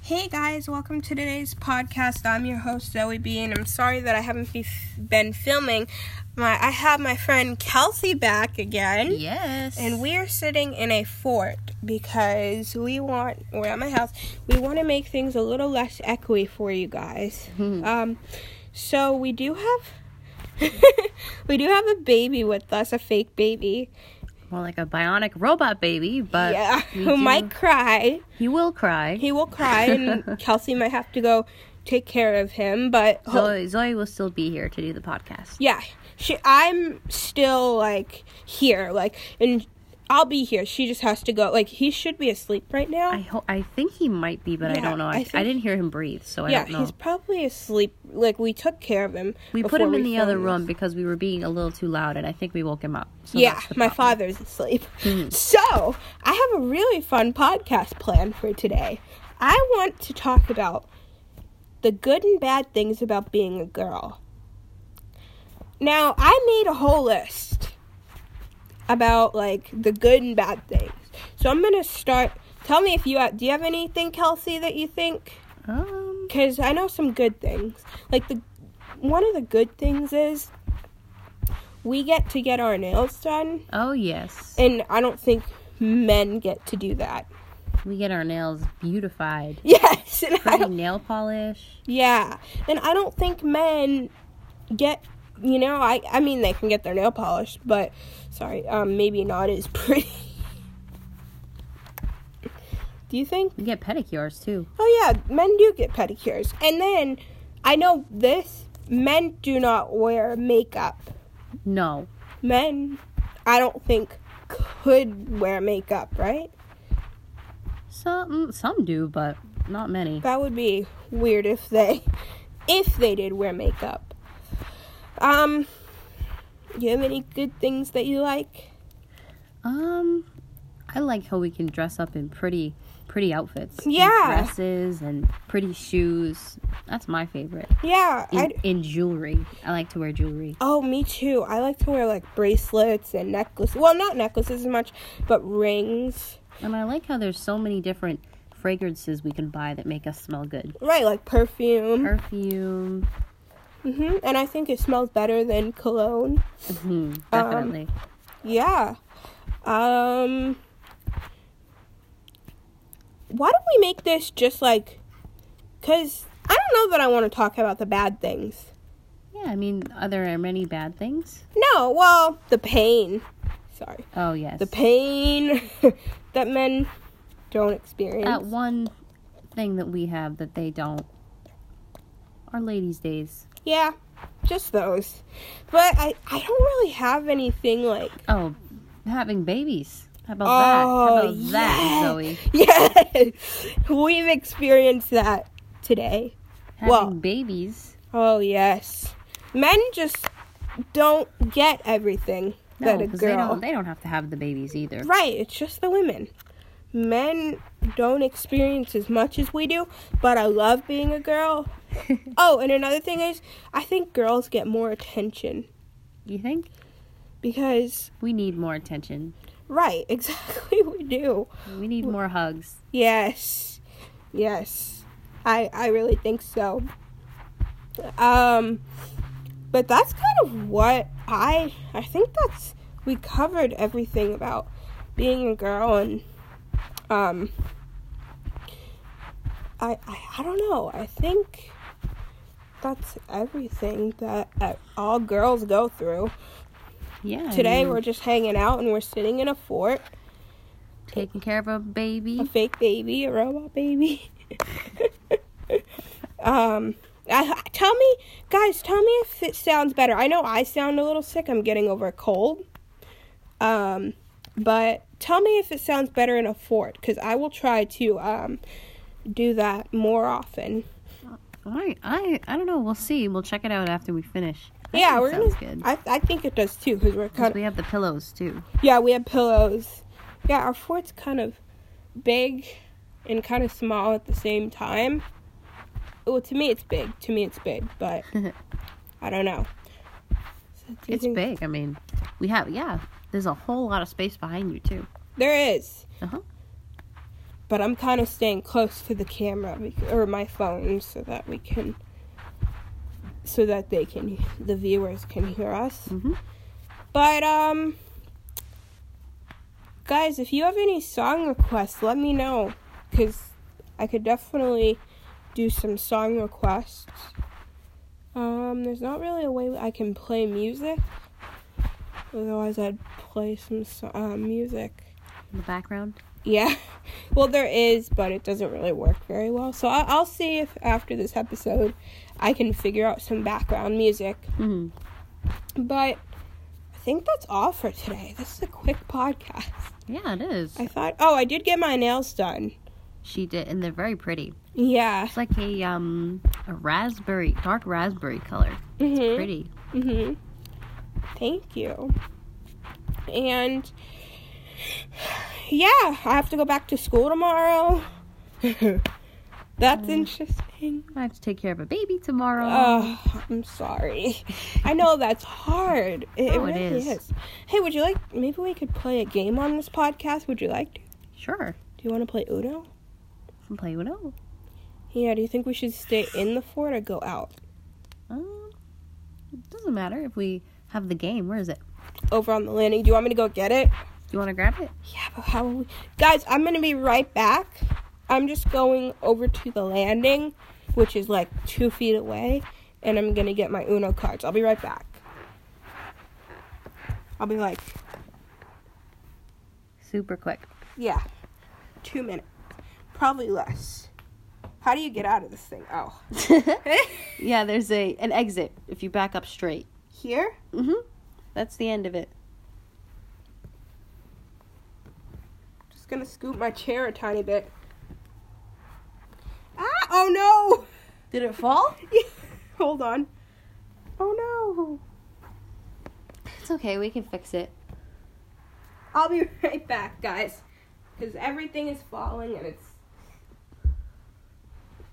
Hey guys, welcome to today's podcast. I'm your host Zoe B, and I'm sorry that I haven't be- been filming. My I have my friend Kelsey back again, Mm. Yes. and we are sitting in a fort because we want we're at my house. We want to make things a little less echoey for you guys. Hmm. um, so we do have we do have a baby with us, a fake baby, more like a bionic robot baby, but yeah, we who do- might cry. he will cry. he will cry and Kelsey might have to go take care of him, but ho- Zoe, Zoe will still be here to do the podcast. yeah, she I'm still like here like and I'll be here. She just has to go. Like he should be asleep right now. I hope. I think he might be, but I Yeah, don't know. I I, I, think- didn't hear him breathe, so I yeah, don't know. he's probably asleep. Like we took care of him. we put before him in we the other filmed room because we were being a little too loud, and I think we woke him up. So yeah, that's the my problem. Hmm. father's asleep. So, I have a really fun podcast plan for today. I want to talk about the good and bad things about being a girl. Now, I made a whole list about like the good and bad things. So, I'm going to start Tell me if you have, do you have anything Kelsey that you think Um, because I know some good things. Like the one of the good things is we get to get our nails done, oh yes, and I don't think men get to do that. we get our nails beautified, Yes, and I pretty don't, nail polish. yeah, and I don't think men get. You know, I I mean they can get their nail polished, but sorry, um, maybe not as pretty. do you think? We get pedicures too. Oh yeah, men do get pedicures. And then I know this men do not wear makeup. No, Men I don't think could wear makeup, right? some some do, but not many. That would be weird if they if they did wear makeup. Um do you have any good things that you like? Um, I like how we can dress up in pretty, pretty outfits. and Yeah. dresses and pretty shoes. That's my favorite. Yeah, In, I in jewelry, I like to wear jewelry. Oh, me too. I like to wear like bracelets and necklaces. Well, not necklaces as much, but rings. And I like how there's so many different fragrances we can buy that make us smell good. Right, like perfume. Perfume, hmm And I think it smells better than cologne. Um, mhm, definitely. Yeah. Um. Why don't we make this just like, cause I don't know that I want to talk about the bad things. yeah, I mean, are there many bad things? No, well, the pain. Sorry, Oh yes. the pain that men don't experience. that one thing that we have that they don't. Our ladies' days. yeah, just those. But I, I don't really have anything like. Oh, having babies. How about that? How Oh, about that, yeah. Zoe? Yes, we've experienced that today. Having Well- babies. Oh yes, men just don't get everything No, that a 'cause they girl. don't. They don't have to have the babies either. right, it's just the women. Men don't experience as much as we do, but I love being a girl. oh, and another thing is, I think girls get more attention You think because, we need more attention? right, exactly, we do. We need more hugs. Yes. Yes. I I really think so. Um but that's kind of what I I think that's we covered everything about being a girl and um I I, I don't know. I think that's everything that uh, all girls go through. Yeah. I Today mean, we're just hanging out and we're sitting in a fort taking care of a a baby. fake baby, a robot baby. um, I, tell me, guys, tell me if it sounds better. I know I sound a little sick. I'm getting over a cold. Um, but tell me if it sounds better in a fort, because I will try to um do that more often. All right. I I don't know. We'll see. We'll check it out after we finish. I yeah, think we're sounds gonna. good. I I think it does too, because we're 'Cause kind. we have the pillows too. yeah, we have pillows. Yeah, our fort's kind of big and kind of small at the same time. Well, to me it's big. To me it's big, but I don't know. So do you It's think- big. I mean, we have yeah. There's a whole lot of space behind you too. There is. Uh huh. but I'm kind of staying close to the camera bec- or my phone so that we can so that they can the viewers can hear us. Mhm. But um guys, if you have any song requests, let me know cuz I could definitely do some song requests. Um there's not really a way I can play music. Otherwise I'd play some so- uh, music. in the background. Yeah. Well, there is, but it doesn't really work very well. So I'll, I'll see if after this episode I can figure out some background music. hmm But I think that's all for today. This is a quick podcast. Yeah, it is. I thought, oh, I did get my nails done. She did, and they're very pretty. Yeah. It's like a um a raspberry, dark raspberry color. Mhm. Pretty. Mhm. Thank you. And yeah, I have to go back to school tomorrow. that's Mm. interesting. I have to take care of a baby tomorrow. Oh, I'm sorry. I know that's hard. It, No, it really is. is. Hey, would you like? Maybe we could play a game on this podcast. Would you like to? sure. Do you want to play Uno? Can play with O. Yeah. Do you think we should stay in the fort or go out? Um, it doesn't matter if we have the game. Where is it? Over on the landing. Do you want me to go get it? You want to grab it? Yeah, but how will we? Guys, I'm gonna be right back. I'm just going over to the landing, which is like two feet away, and I'm gonna get my Uno cards. I'll be right back. I'll be like Super quick. Yeah. Two minutes. Probably less. How do you get out of this thing? Oh. yeah, there's a an exit if you back up straight. Here? Mm-hmm. That's the end of it. Just gonna scoot my chair a tiny bit. Ah! Oh Did it fall? no! Hold on. Oh no! It's okay. We can fix it. I'll be right back, guys. Because everything is falling and it's.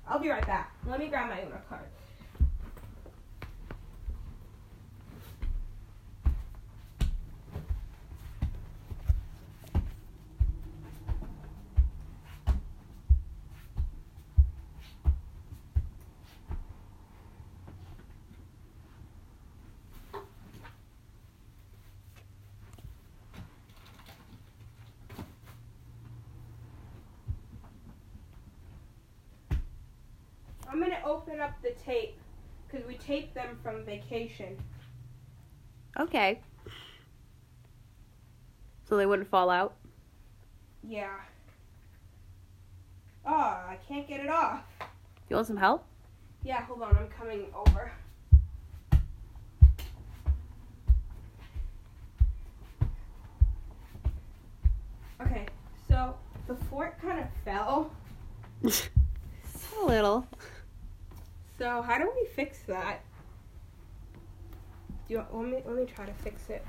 I'll be right back. Let me grab my Uno card. I'm gonna open up the tape because we taped them from vacation. Okay. So they wouldn't fall out. Yeah. Oh, I can't get it off. You want some help? Yeah, hold on, I'm coming over. Okay, so the fort kind of fell. A little. So how do we fix that? Do you want, let me let me try to fix it.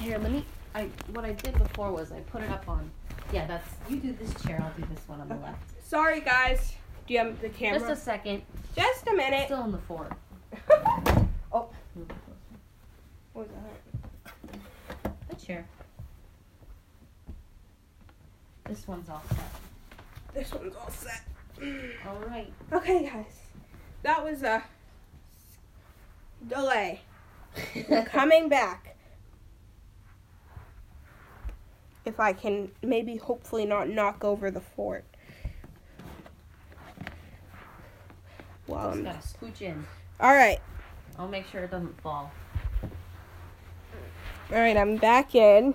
Here, let me. I what I did before was I put it up on. Yeah, that's. You do this chair. I'll do this one on the left. Sorry guys. Do you have the camera? Just a second. Just a minute. Still in the fort. oh, what was that? The chair. This one's all set. This one's all set. All right. Okay, guys. That was a delay. We're coming back. If I can maybe hopefully not knock over the fort. Well, Just I'm- gotta scooch in. all right. I'll make sure it doesn't fall. All right, I'm back in.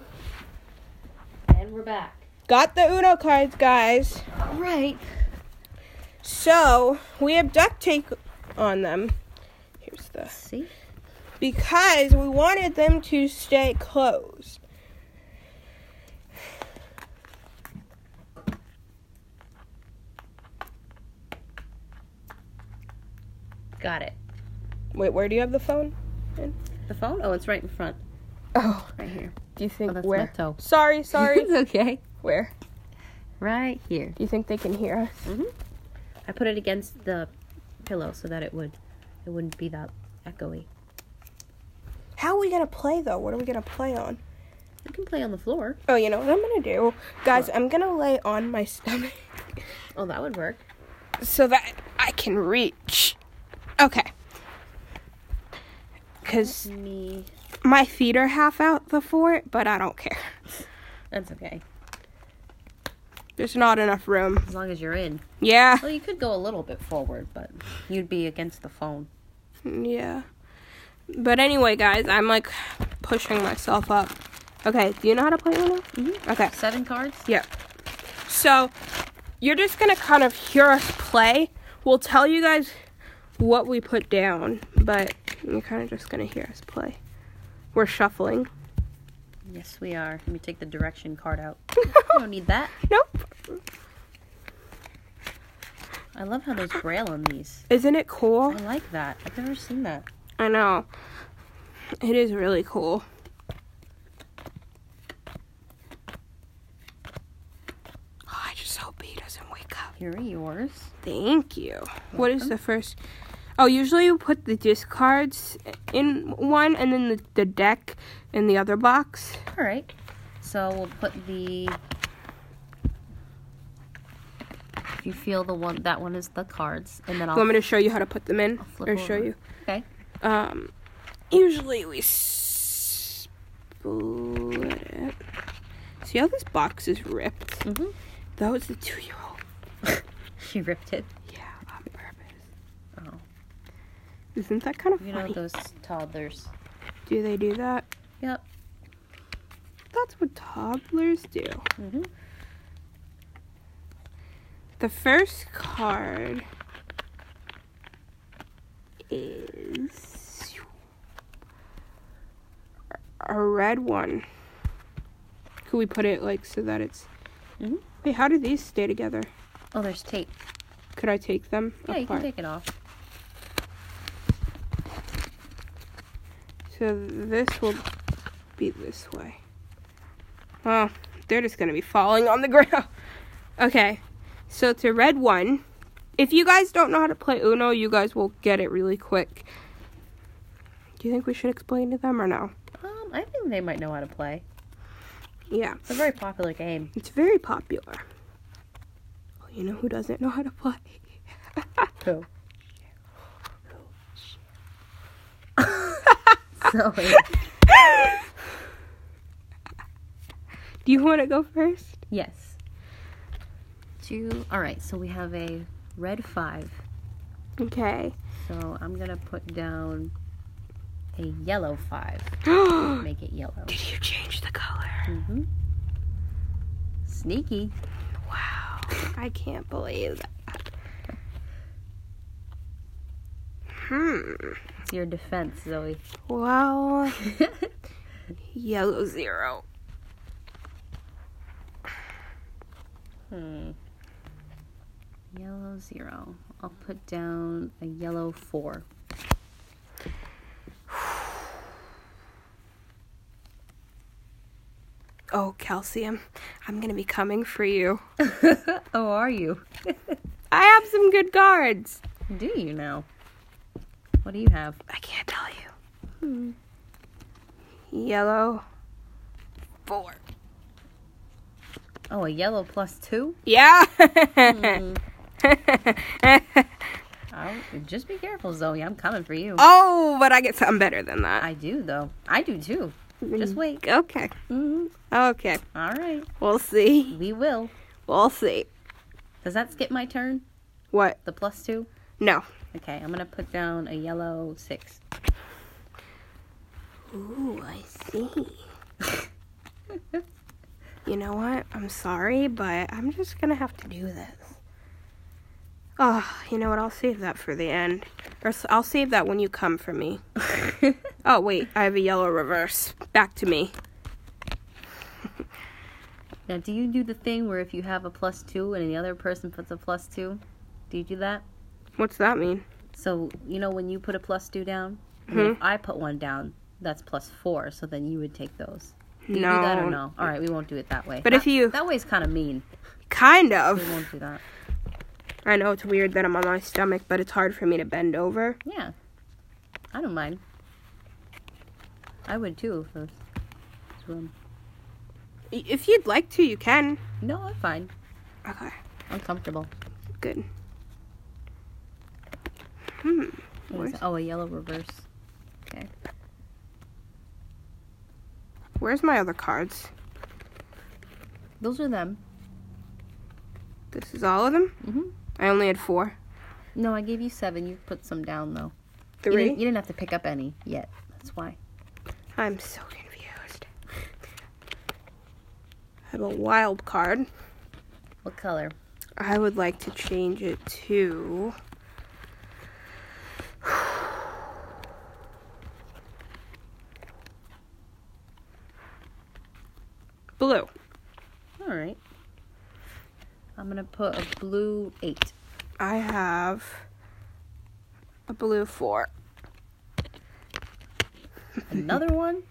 And we're back. Got the Uno cards, guys. All right. So, we have duct tape on them. Here's the See. because we wanted them to stay closed. Got it. Wait, where do you have the phone? The phone? Oh, it's right in front. Oh, Right here. do you think Oh, that's where? my toe. Sorry, sorry. okay. where? Right here. Do you think they can hear us? Mm-hmm. I put it against the pillow so that it would it wouldn't be that echoey. How are we gonna play though? What are we gonna play on? You can play on the floor. Oh, you know what I'm gonna do, guys. I'm gonna lay on my stomach back Oh, that would work. so that I can reach. Okay. Because Me. my feet are half out the fort, but I don't care. That's okay. There's not enough room. As long as you're in. Yeah. Well, you could go a little bit forward, but you'd be against the phone. Yeah. But anyway, guys, I'm like pushing myself up. Okay, do you know how to play Uno? Mm-hmm. Okay. Seven cards? Yeah. So you're just gonna kind of hear us play. We'll tell you guys what we put down, but you're kind of just gonna hear us play. We're shuffling. Yes, we are. Let me take the direction card out. I don't need that. Nope. I love how there's braille on these. Isn't it cool? I like that. I've never seen that. I know. It is really cool. Oh, I just hope he doesn't wake up. Here are yours. Thank you. What is the first? Oh, usually you put the discards in one and then the, the deck in the other box. All right. So we'll put the. If you feel the one, that one is the cards, and then I'll. You want me to show you how to put them in? flip or show over. you? Okay. Um, usually we s- split it. See how this box is ripped? Mm-hmm. That was the two year old. She ripped it. Yeah, on purpose. Oh. Isn't that kind of You know funny? those toddlers. do they do that? Yep. That's what toddlers do. Mm-hmm. The first card is a red one. Could we put it like so that it's. Mhm. Wait, how do these stay together? Oh, there's tape. Could I take them Yeah, you can apart? take it off. so this will be this way. Oh, they're just gonna be falling on the ground. Okay, so it's a red one. If you guys don't know how to play Uno, you guys will get it really quick. Do you think we should explain to them or no? Um, I think they might know how to play. Yeah, It's a very popular game. it's very popular. Well, you know who doesn't know how to play? Who? Zoe. Do you want to go first? Yes. Two. All right. So we have a red five. Okay. So I'm gonna put down a yellow five. Did Make it yellow. you change the color? Mm-hmm. Sneaky. Wow. I can't believe that. Hmm. It's your defense, Zoe. Well, yellow zero. hmm. Yellow zero. I'll put down a yellow four. Oh, calcium, I'm gonna be coming for you. oh, are you? I have some good cards. Do you now? What do you have? I can't tell you. Hmm. Yellow four. Oh, a yellow plus two? Yeah. Oh, just be careful, Zoe. I'm coming for you. oh, but I get something better than that. I do, though. I do, too. Just wait. Okay. hmm Okay. All right. We'll see. We will. We'll see. Does that skip my turn? What? The plus two? No. Okay, I'm going to put down a yellow six. Ooh, I see. you know what? I'm sorry, but I'm just gonna have to do this. Oh, you know what? I'll save that for the end. Or s- I'll save that when you come for me. Oh, wait. I have a yellow reverse. Back to me. now, do you do the thing where if you have a plus two and the other person puts a plus two? Do you do that? What's that mean? So, you know, when you put a plus two down, and if Hmm. I put one down, that's plus four, so then you would take those. Do you do that or no? All right, we won't do it that way. But That- if you- That way is kind of mean. Kind We of. won't do that. I know it's weird that I'm on my stomach, but it's hard for me to bend over. Yeah. I don't mind. I would too if it was swim. I- If you'd like to, you can. No, I'm fine. Okay. I'm comfortable. Good. Hmm. What is Where's, it? Oh, a yellow reverse. Okay. where's my other cards? Those are them. This is all of them? hmm I only had four. No, I gave you seven. You put some down though. You Three? didn't, you didn't have to pick up any yet. That's why. I'm so confused. I have a wild card. What color? I would like to change it to. Blue. All right. I'm gonna put a blue eight. I have a blue four. Another one.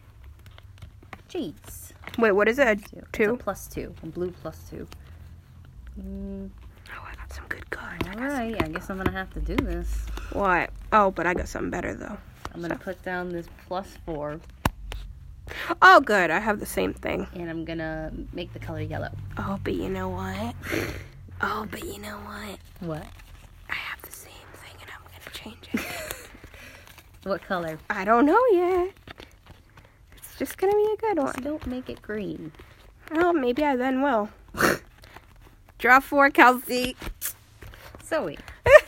Jeez. Wait, what is it? A Two. It's a two? plus two. A blue plus two. Mm, Oh, I got some good cards. I all got some- right. I guess I'm gonna have to do this. What? Oh, but I got something better though. I'm gonna put down this plus four, Oh, good. I have the same thing. and I'm gonna make the color yellow. Oh, but you know what? Oh, but you know what? What? I have the same thing and I'm gonna change it. What color? I don't know yet. It's just gonna be a good Just one. don't make it green. Oh, maybe I then will. Draw four, Kelsey. Zoe. Oh,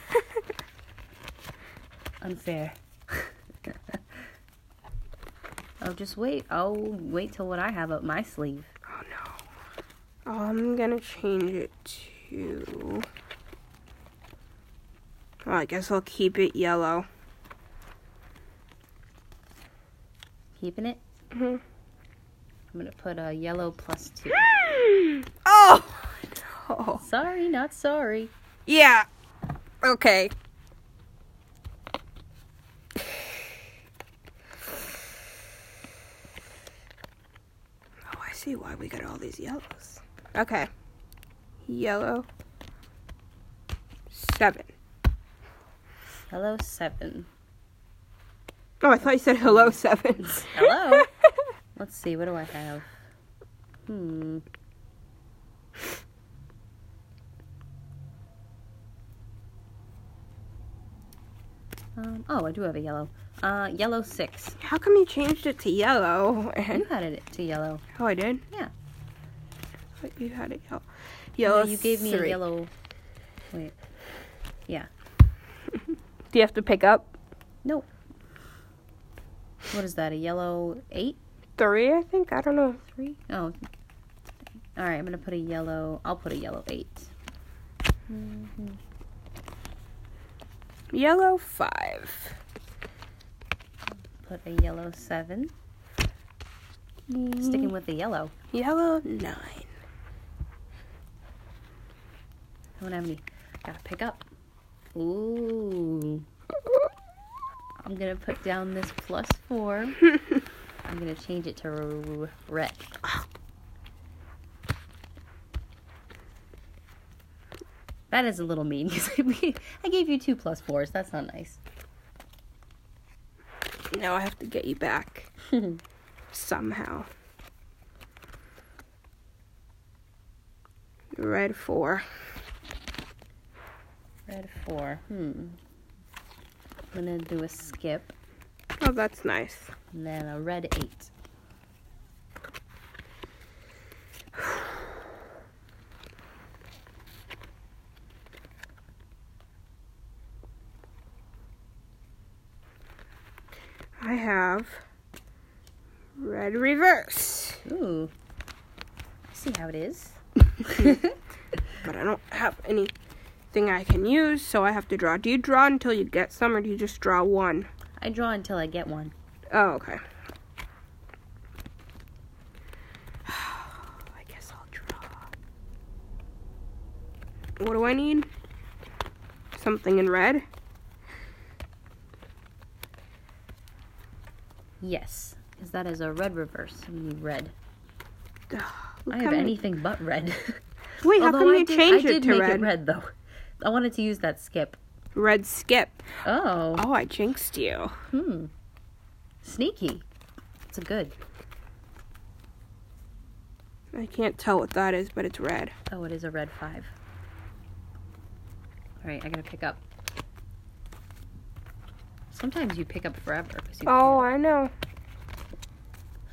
Unfair. oh, just wait. Oh, wait till what I have up my sleeve. Oh no. Oh, I'm gonna change it to. Oh, I guess I'll keep it yellow. Keeping it? Mhm. I'm gonna put a yellow plus two. oh no. sorry, not sorry. Yeah. Okay. Oh, I see why we got all these yellows. Okay. Yellow. Seven. Hello, seven. Oh, I thought you said hello, seven. Hello? Let's see, what do I have? Hmm. Um, oh, I do have a yellow. Uh, yellow six. How come you changed it to yellow? You And had it to yellow. oh, I did. Hmm? Yeah. I thought You had it yellow. No, Yellow. you gave me three. a yellow. Wait. Do you have to pick up What is that? A yellow eight? three? I think. I don't know. Three? Oh. All right, I'm gonna put a yellow. I'll put a yellow 8 Mhm. Yellow five. Put a yellow seven. Sticking with the yellow. Mm, Yellow nine. I don't have any. Gotta pick up. Ooh. I'm gonna put down this plus four. I'm gonna change it to r- red. That is a little mean because I gave you two plus fours. That's not nice. now I have to get you back somehow. Red four. Red four. Hmm. I'm gonna do a skip Oh, that's nice. and then a red eight. I have red reverse, Ooh. I see how it is. but I don't have anything I can use, so I have to draw. Do you draw until you get some, or do you just draw one? I draw until I get one. Oh, okay. I guess I'll draw. What do I need? Something in red? Yes, because that is a red reverse. I need red. Ugh, I look have how many- anything but red. Wait, how Although come I you did- changed I did it to make red? it red though. I wanted to use that skip. Red skip. Oh, Oh, I jinxed you. hmm. Sneaky. It's a good. I can't tell what that is, but it's red. Oh, it is a red five. All right, I gotta pick up. Sometimes you pick up forever. 'cause you Oh, I know.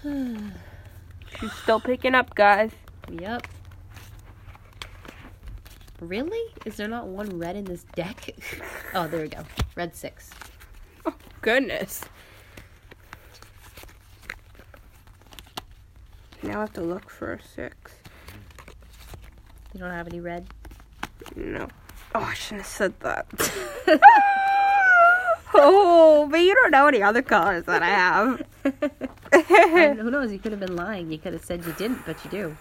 can't. She's still picking up, guys. yep. Really? Is there not one red in this deck? oh, there we go. Red six. Oh, goodness. Now I have to look for a six. You don't have any red? No. Oh, I shouldn't have said that. oh, but you don't know any other colors that I have. And who knows? You could have been lying. You could have said you didn't, but you do.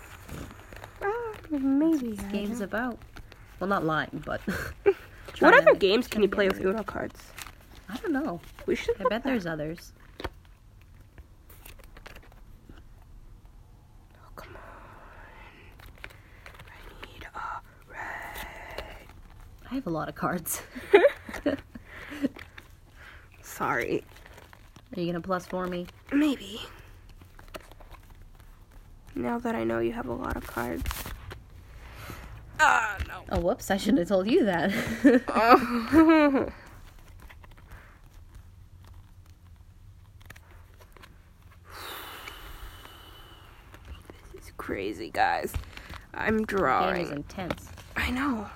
Ah, maybe. I Game's about. Well, not lying, but. don't- What trying other to- games can you play with trying to- Uno cards? I don't know. We should. I look bet that- there's others. Oh, come on. I need a red. I have a lot of cards. Sorry. Are you gonna plus for me? Maybe. Now that I know you have a lot of cards. Ah, no. Oh, whoops! I shouldn't have told you that. Oh. this is crazy, guys. I'm Game is drawing. intense. I know.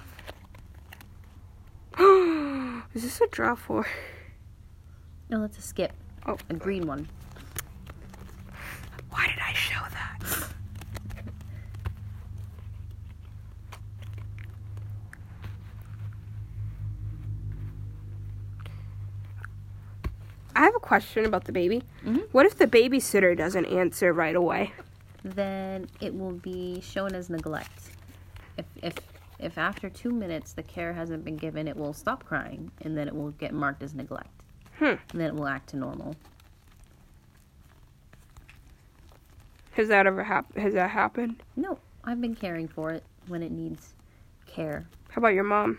is this a draw for? No, that's a skip. Oh. A green one. Why did I show that? I have a question about the baby. Mhm. What if the babysitter doesn't answer right away? Then it will be shown as neglect. If if if after two minutes the care hasn't been given, it will stop crying, and then it will get marked as neglect. Hmm. And then it will act to normal. Has that ever happened? Has that happened? No, I've been caring for it when it needs care. How about your mom?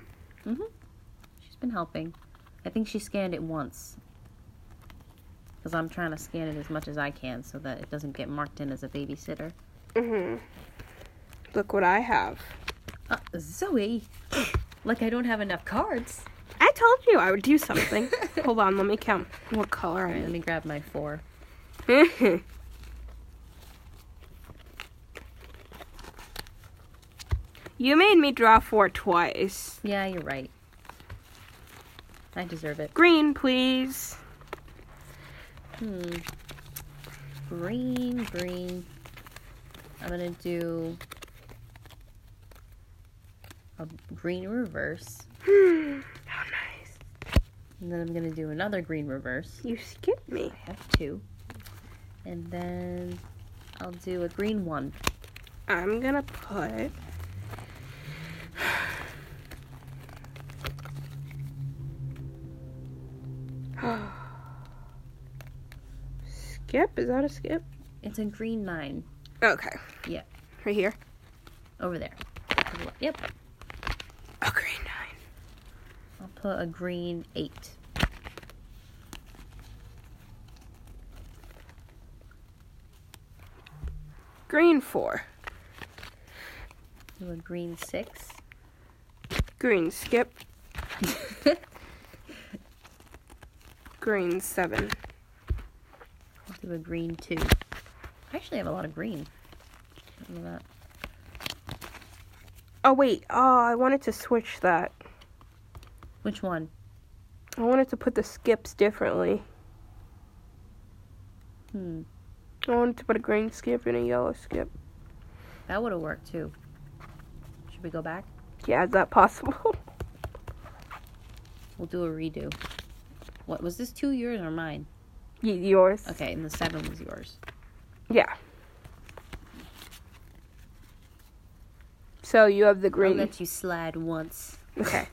She's been helping. I think she scanned it once. Because I'm trying to scan it as much as I can so that it doesn't get marked in as a babysitter. Mm-hmm. Look what I have. Uh, Zoe! like I don't have enough cards. I told you I would do something. Hold on, let me count. What color Alright, I let me grab my four. am. you made me draw four twice. Yeah, you're right. I deserve it. Green, please. Hmm. Green, green. I'm gonna do a green reverse. How nice. And then I'm gonna do another green reverse. You skipped me. I have two. And then I'll do a green one. I'm gonna put. skip? Is that a skip? It's a green nine Okay. Yeah. Right here? over there. To the le- Yep. A Oh, green nine. I'll put a green eight. Green four. Do a green six. Green skip. Green seven. I'll do a green two. I actually have a lot of green. I don't know that. Oh, wait. Oh, I wanted to switch that. Which one? I wanted to put the skips differently. Hmm. I wanted to put a green skip and a yellow skip. That would have worked too. Should we go back? Yeah, is that possible? We'll do a redo. What was this two yours or mine? Y- yours? Okay, and the seven was yours. Yeah. So you have the I'll green. let you slide once. Okay.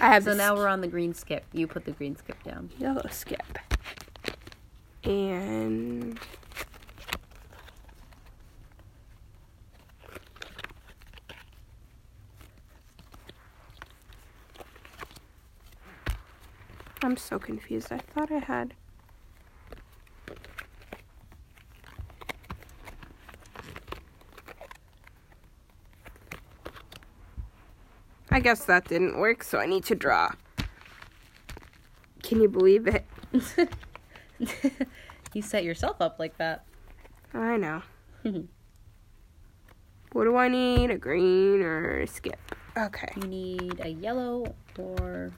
I have So the now we're on the green skip. You put the green skip down. yellow skip. And I'm so confused. I thought I had I I guess that didn't work, so I need to draw. Can you believe it? you set yourself up like that. I know. what do I need? A green or a skip? Okay. You need a yellow or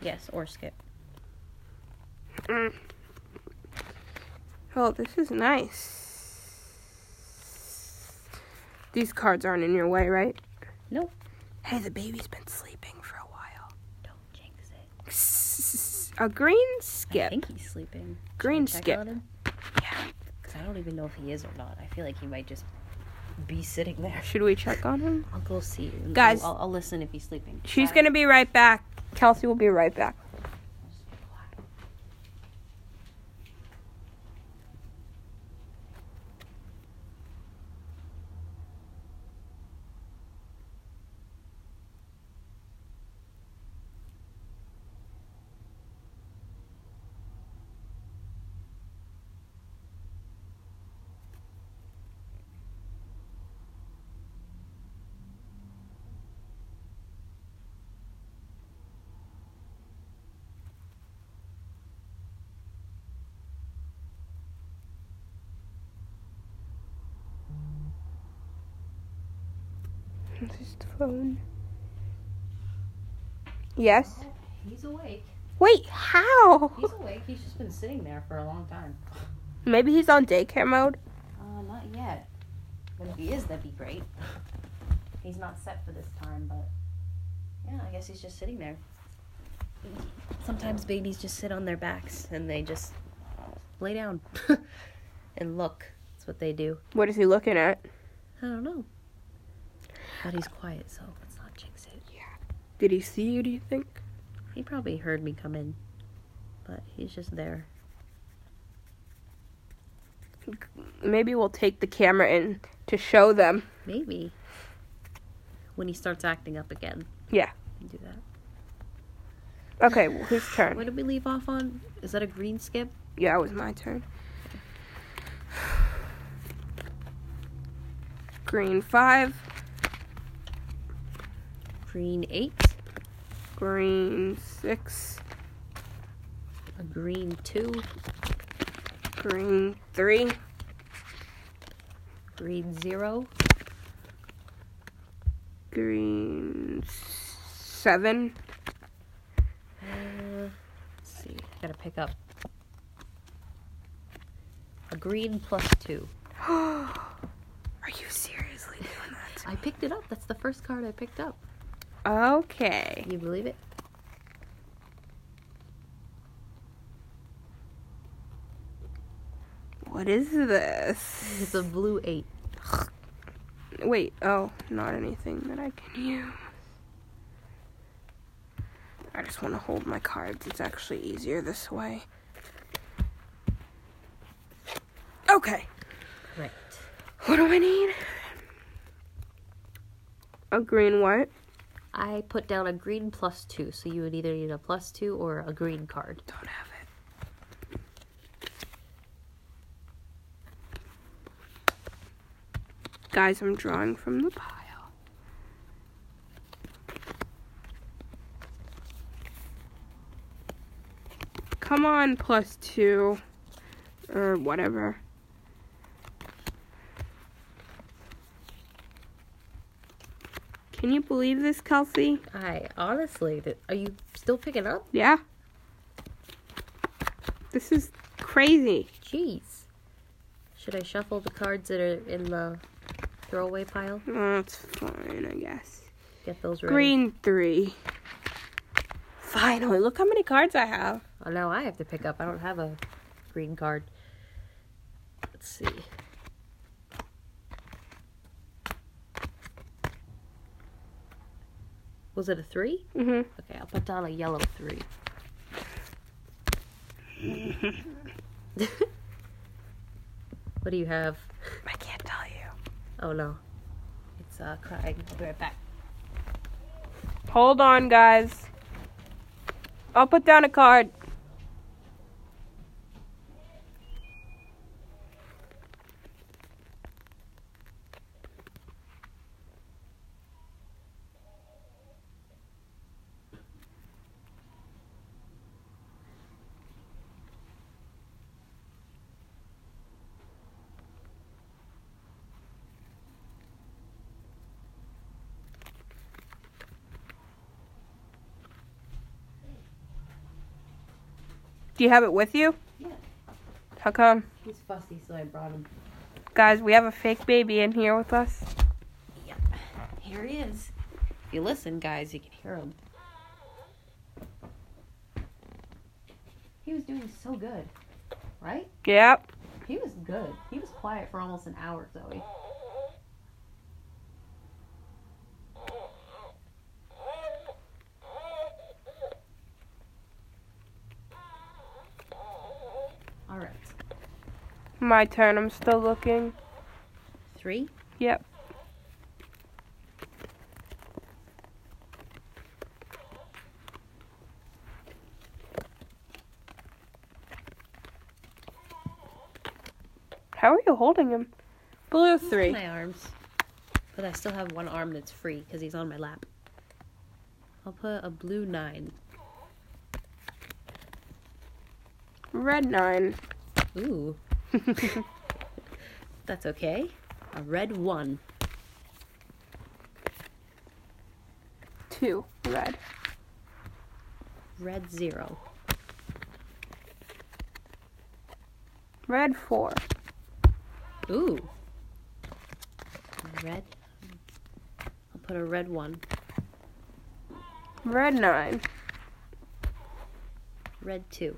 yes, or skip. Mm. Oh, this is nice. These cards aren't in your way, right? Nope. Hey, the baby's been sleeping for a while. Don't jinx it. A green I skip. think he's sleeping. Should Green we check skip. on him? Yeah. Cause I don't even know if he is or not. I feel like he might just be sitting there. Should we check on him? I'll go see. Guys. I'll, I'll, I'll listen if he's sleeping. She's Bye. gonna be right back. Kelsey will be right back. This is the phone. Yes. He's awake. Wait, how? He's awake. He's just been sitting there for a long time. Maybe he's on daycare mode. Uh, not yet. But if he is, that'd be great. He's not set for this time, but yeah, I guess he's just sitting there. Sometimes babies just sit on their backs and they just lay down and look. That's what they do. What is he looking at? I don't know. But he's quiet, so let's not jinx it. Did he see you, do you think? He probably heard me come in, but he's just there. Maybe we'll take the camera in to show them. Maybe when he starts acting up again. Yeah. we can Do that. Okay, well, whose What turn? did we leave off on? Is that a green skip? Yeah, it was my turn. Green five, Green eight, green six, a green two, green three, green zero, green s- seven, uh, let's see, I gotta pick up a green plus two. Are you seriously doing that? I picked it up. That's the first card I picked up. Okay. Can you believe it? What is this? It's a blue eight. Wait, oh, not anything that I can use. I just want to hold my cards. It's actually easier this way. Okay. Right. What do I need? A green what? I put down a green plus two, so you would either need a plus two or a green card. Don't have it. Guys, I'm drawing from the pile. Come on, plus two. Or whatever. Can you believe this, Kelsey? I honestly, th- are you still picking up? Yeah. This is crazy. Jeez. Should I shuffle the cards that are in the throwaway pile? That's Oh, fine, I guess. Get those ready. Green three. Finally, look how many cards I have. Oh, now I have to pick up. I don't have a green card. Let's see. Was it a three? Mhm. Okay, I'll put down a yellow three. what do you have? I can't tell you. Oh no. It's uh, crying. I'll be right back. Hold on, guys. I'll put down a card. Do you have it with you? Yeah. How come? He's fussy, so I brought him. Guys, we have a fake baby in here with us. Yep. Here he is. If you listen, guys, you can hear him. He was doing so good, right? Yep. He was good. He was quiet for almost an hour, Zoe. All right. My turn. I'm still looking. Three. Yep. How are you holding him? Blue three. My arms. But I still have one arm that's free because he's on my lap. I'll put a blue nine. Red nine. Ooh, that's okay. A red one. Two. Red. Red zero. Red four. Ooh. Red. I'll put a red one. Red nine. Red two.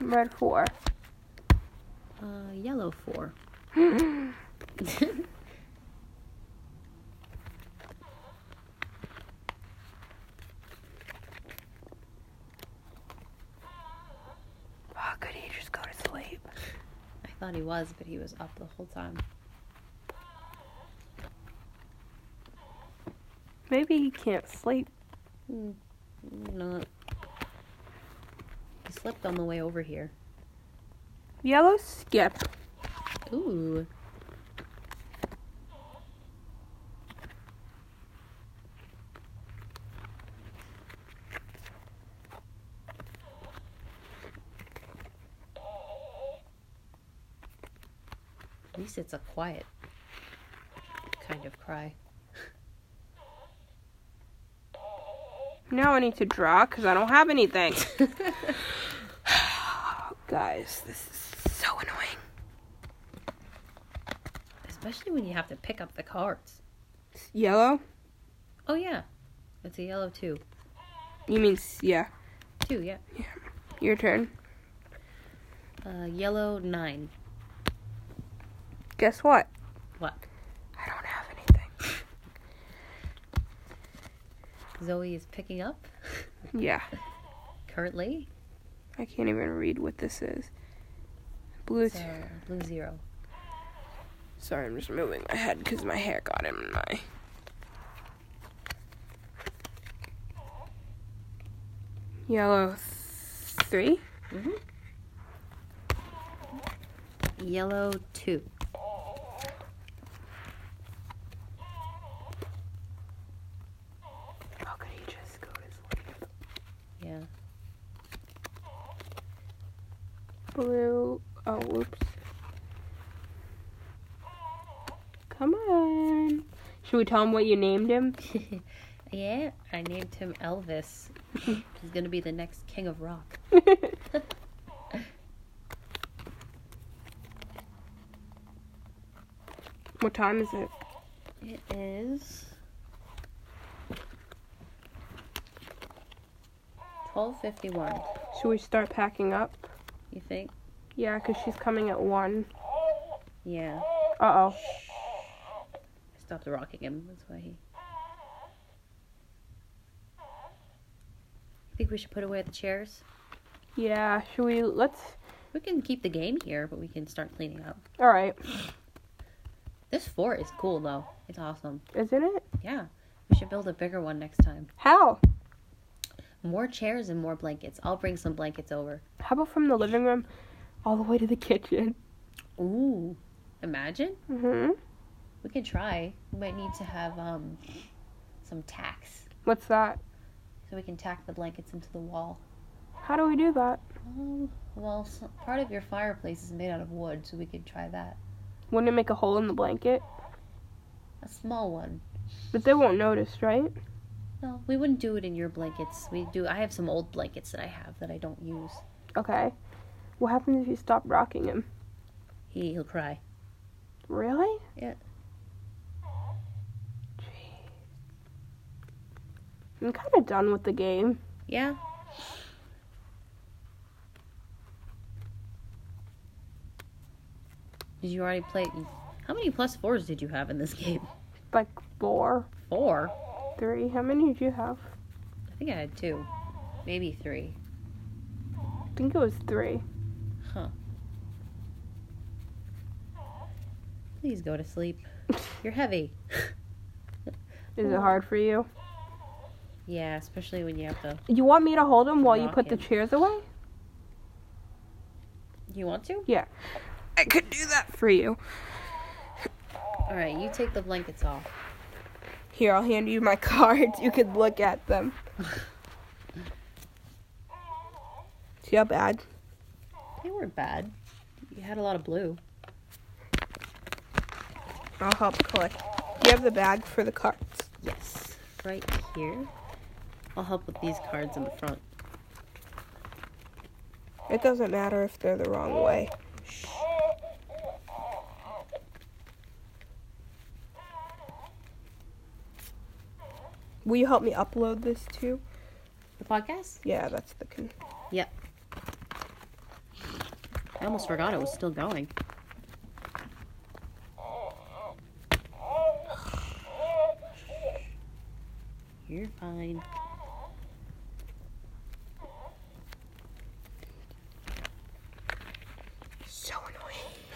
Red four. Uh, yellow four. Oh, could he just go to sleep? I thought he was, but he was up the whole time. Maybe he can't sleep. Mm, Not. He slipped on the way over here. Yellow skip. Ooh. At least it's a quiet kind of cry. Now I need to draw because I don't have anything. Guys, this is so annoying. Especially when you have to pick up the cards. Yellow? Oh, yeah. It's a yellow two. You mean, s- yeah. Two, yeah. Your turn. Uh, yellow nine. Guess what? What? I don't have anything. Zoe is picking up Yeah, currently. I can't even read what this is. Blue. So, blue zero. Sorry, I'm just moving my head because my hair got in my. Yellow th- three? Mm-hmm. Yellow two. How could he just go to sleep? Yeah. blue. Oh, whoops. Come on. Should we tell him what you named him? yeah, I named him Elvis. He's gonna be the next king of rock. what time is it? It is twelve fifty one. Should we start packing up? You think? Yeah, 'cause she's coming at 1. Yeah. Uh oh. I stopped rocking him. That's why he. You think we should put away the chairs? Yeah, should we? Let's. We can keep the game here, but we can start cleaning up. Alright, This fort is cool though. It's awesome. isn't it? Yeah. We should build a bigger one next time. How? More chairs and more blankets. I'll bring some blankets over. How about from the living room all the way to the kitchen? Ooh. Imagine? Mm hmm. We can try. We might need to have um some tacks. What's that? So we can tack the blankets into the wall. How do we do that? Um, well, s part of your fireplace is made out of wood, so we could try that. Wouldn't it make a hole in the blanket? A small one. But they won't notice, right? No, we wouldn't do it in your blankets. We do. I have some old blankets that I have that I don't use. Okay. What happens if you stop rocking him? He he'll cry. Really? Yeah. Jeez. I'm kind of done with the game. Yeah. Did you already play? How many plus fours did you have in this game? Like four, Four. three. How many did you have? I think I had two, maybe three. I think it was three. Please go to sleep. You're heavy. Is it hard for you? Yeah, especially when you have to. You want me to hold him while you Rock put the him. chairs away? You want to? I could do that for you. All right, you take the blankets off. Here, I'll hand you my cards. You could look at them. See how bad? They weren't bad. You had a lot of blue. I'll help collect. Do you have the bag for the cards? Yes. Right here. I'll help with these cards in the front. It doesn't matter if they're the wrong way. Will you help me upload this too? The podcast? Yeah, that's the. Con- Yep. I almost forgot it was still going. You're fine. so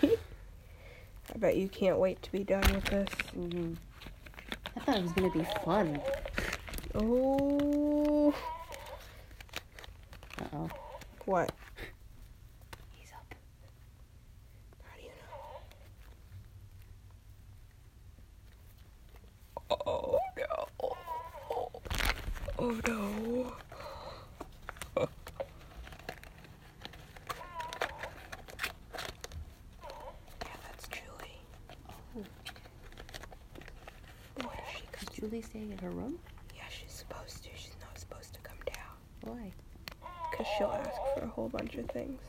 annoying. I bet you can't wait to be done with this. hmm I thought it was gonna be fun. Oh, Uh oh. what? He's up. How do you know? Oh no! Oh no! yeah, that's Julie. Oh. Boy, is she Is Julie staying in her room? Yeah, she's supposed to. She's not supposed to come down. Why? Because she'll ask for a whole bunch of things.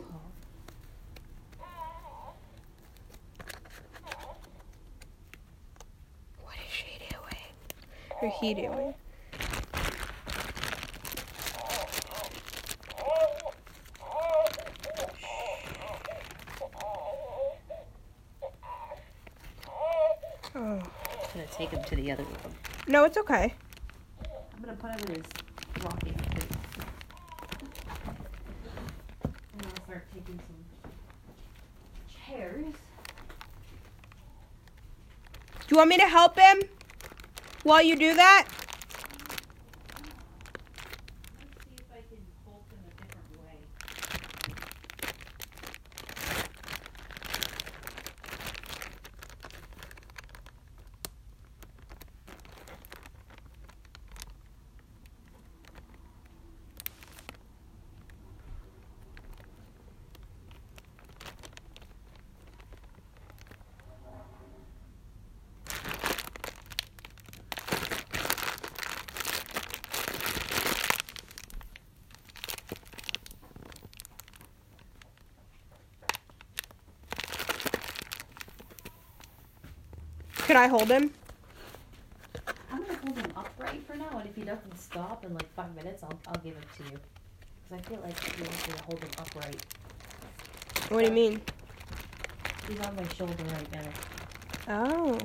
What is she doing? Or he doing? Oh. I'm gonna take him to the other room. No, it's okay. I'm gonna put him in his rocking place. And I'll start taking some chairs. Do you want me to help him while you do that? Let's see if I can hold him a different way. Can I hold him? I'm gonna hold him upright for now, and if he doesn't stop in like five minutes, I'll, I'll give him to you. Cause I feel like you want me to hold him upright. What do you mean? He's on my shoulder right now. Oh.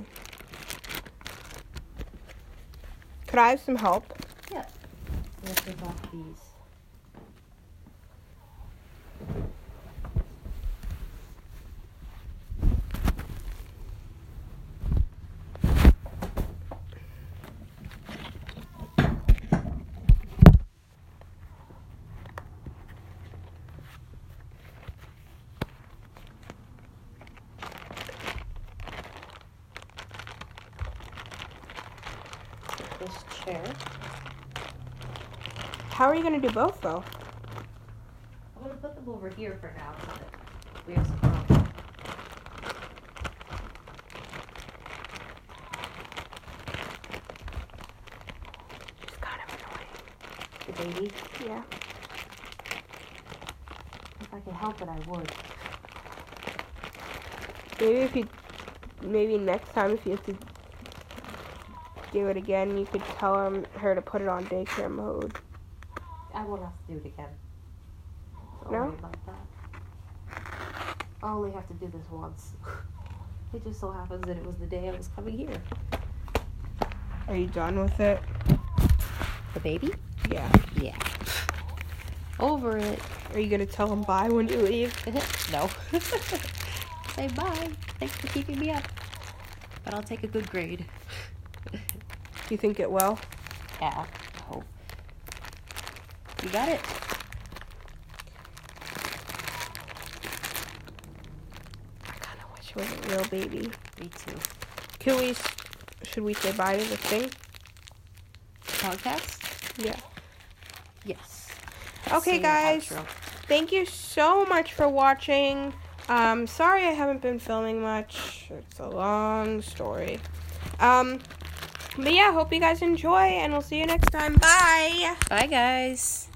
Could I have some help? Yep. Let's take off these. This chair. How are you gonna do both though? I'm gonna put them over here for now. so that We have some room. baby. Yeah. If I could help it, I would. Maybe if you, maybe next time if you have to do it again, you could tell him, her to put it on daycare mode. I will have to do it again. Don't No? worry about that. I only have to do this once. it just so happens that it was the day I was coming here. Are you done with it? The baby? Yeah. Yeah. Over it. Are you gonna tell him bye when you leave? no. Say bye. Thanks for keeping me up. But I'll take a good grade. You think it will? yeah. Hope. You got it. I kind of wish it was a real baby. Me too. Can we? s- Should we say bye to the thing? Podcast? Yeah. Yes. Okay, Say your guys. outro. Thank you so much for watching. Um, sorry I haven't been filming much. It's a long story. Um, but yeah, hope you guys enjoy, and we'll see you next time. Bye. Bye, guys.